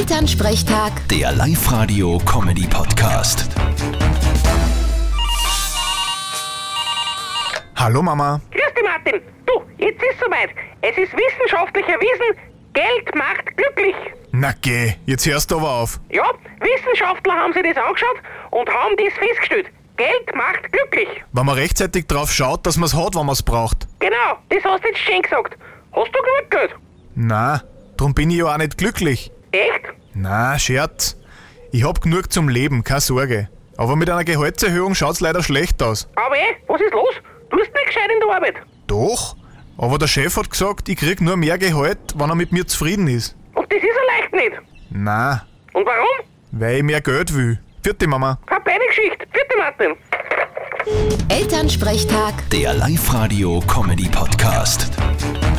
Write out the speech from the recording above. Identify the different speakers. Speaker 1: Elternsprechtag,
Speaker 2: Der Live-Radio-Comedy-Podcast.
Speaker 3: Hallo Mama.
Speaker 4: Grüß dich, Martin. Du, jetzt ist soweit. Es ist wissenschaftlich erwiesen, Geld macht glücklich.
Speaker 3: Na geh, jetzt hörst du aber auf.
Speaker 4: Ja, Wissenschaftler haben sich das angeschaut und haben das festgestellt. Geld macht glücklich.
Speaker 3: Wenn man rechtzeitig drauf schaut, dass man's hat, wenn man's braucht.
Speaker 4: Genau, das hast du jetzt schön gesagt. Hast du genug Geld?
Speaker 3: Na, drum bin ich ja auch nicht glücklich.
Speaker 4: Echt?
Speaker 3: Na, Scherz. Ich hab genug zum Leben, keine Sorge. Aber mit einer Gehaltserhöhung schaut's leider schlecht aus.
Speaker 4: Aber eh, was ist los? Du bist nicht gescheit in der Arbeit.
Speaker 3: Doch, aber der Chef hat gesagt, ich krieg nur mehr Gehalt, wenn er mit mir zufrieden ist.
Speaker 4: Und das ist er leicht nicht.
Speaker 3: Na,
Speaker 4: Und warum?
Speaker 3: weil ich mehr Geld will. Vierte Mama.
Speaker 4: Keine Beinegeschichte. Bitte, Martin.
Speaker 1: Elternsprechtag.
Speaker 2: Der Live-Radio-Comedy-Podcast.